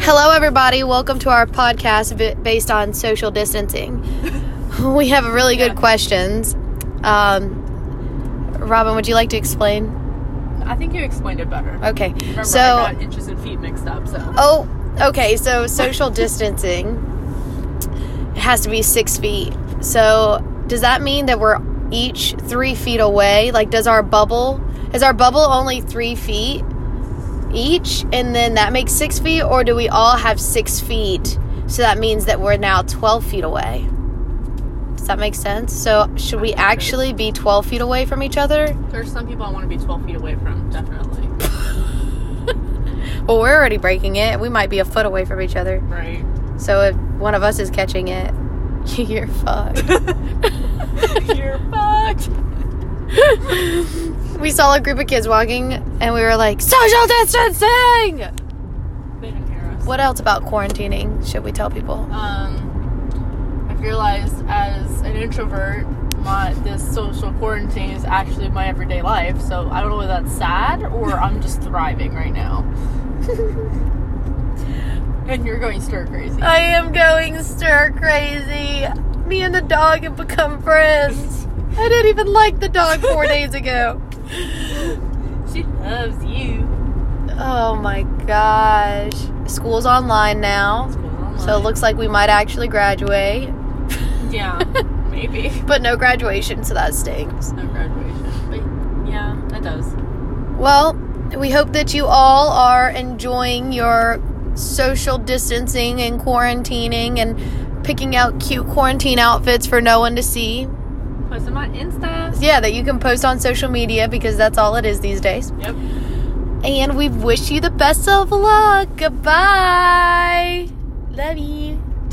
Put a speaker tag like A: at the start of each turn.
A: Hello, everybody. Welcome to our podcast bi- based on social distancing. we have really good questions. Um, Robin, would you like to explain?
B: I think you explained it better.
A: Okay.
B: Remember,
A: so,
B: I got inches and feet mixed up. So
A: oh, okay. So, social distancing has to be six feet. So, does that mean that we're each three feet away? Like, does our bubble, is our bubble only three feet each? And then that makes six feet? Or do we all have six feet? So, that means that we're now 12 feet away. Does that make sense? So, should we actually be 12 feet away from each other?
B: there's some people I want to be 12 feet away from, definitely.
A: Well, we're already breaking it. We might be a foot away from each other.
B: Right.
A: So if one of us is catching it, you're fucked.
B: You're fucked.
A: we saw a group of kids walking and we were like, social distancing!
B: They didn't hear us.
A: What else about quarantining should we tell people?
B: Um, I've realized as an introvert, my this social quarantine is actually my everyday life. So I don't know whether that's sad or I'm just thriving right now. and you're going stir crazy.
A: I am going stir crazy. Me and the dog have become friends. I didn't even like the dog four days ago.
B: she loves you.
A: Oh my gosh. School's online now, so it looks like we might actually graduate,
B: Yeah, maybe.
A: but no graduation, so that stinks.
B: No graduation. But yeah, that does.
A: Well, we hope that you all are enjoying your social distancing and quarantining and picking out cute quarantine outfits for no one to see.
B: Post them on Insta.
A: Yeah, that you can post on social media because that's all it is these days.
B: Yep.
A: And we wish you the best of luck. Goodbye. Love you.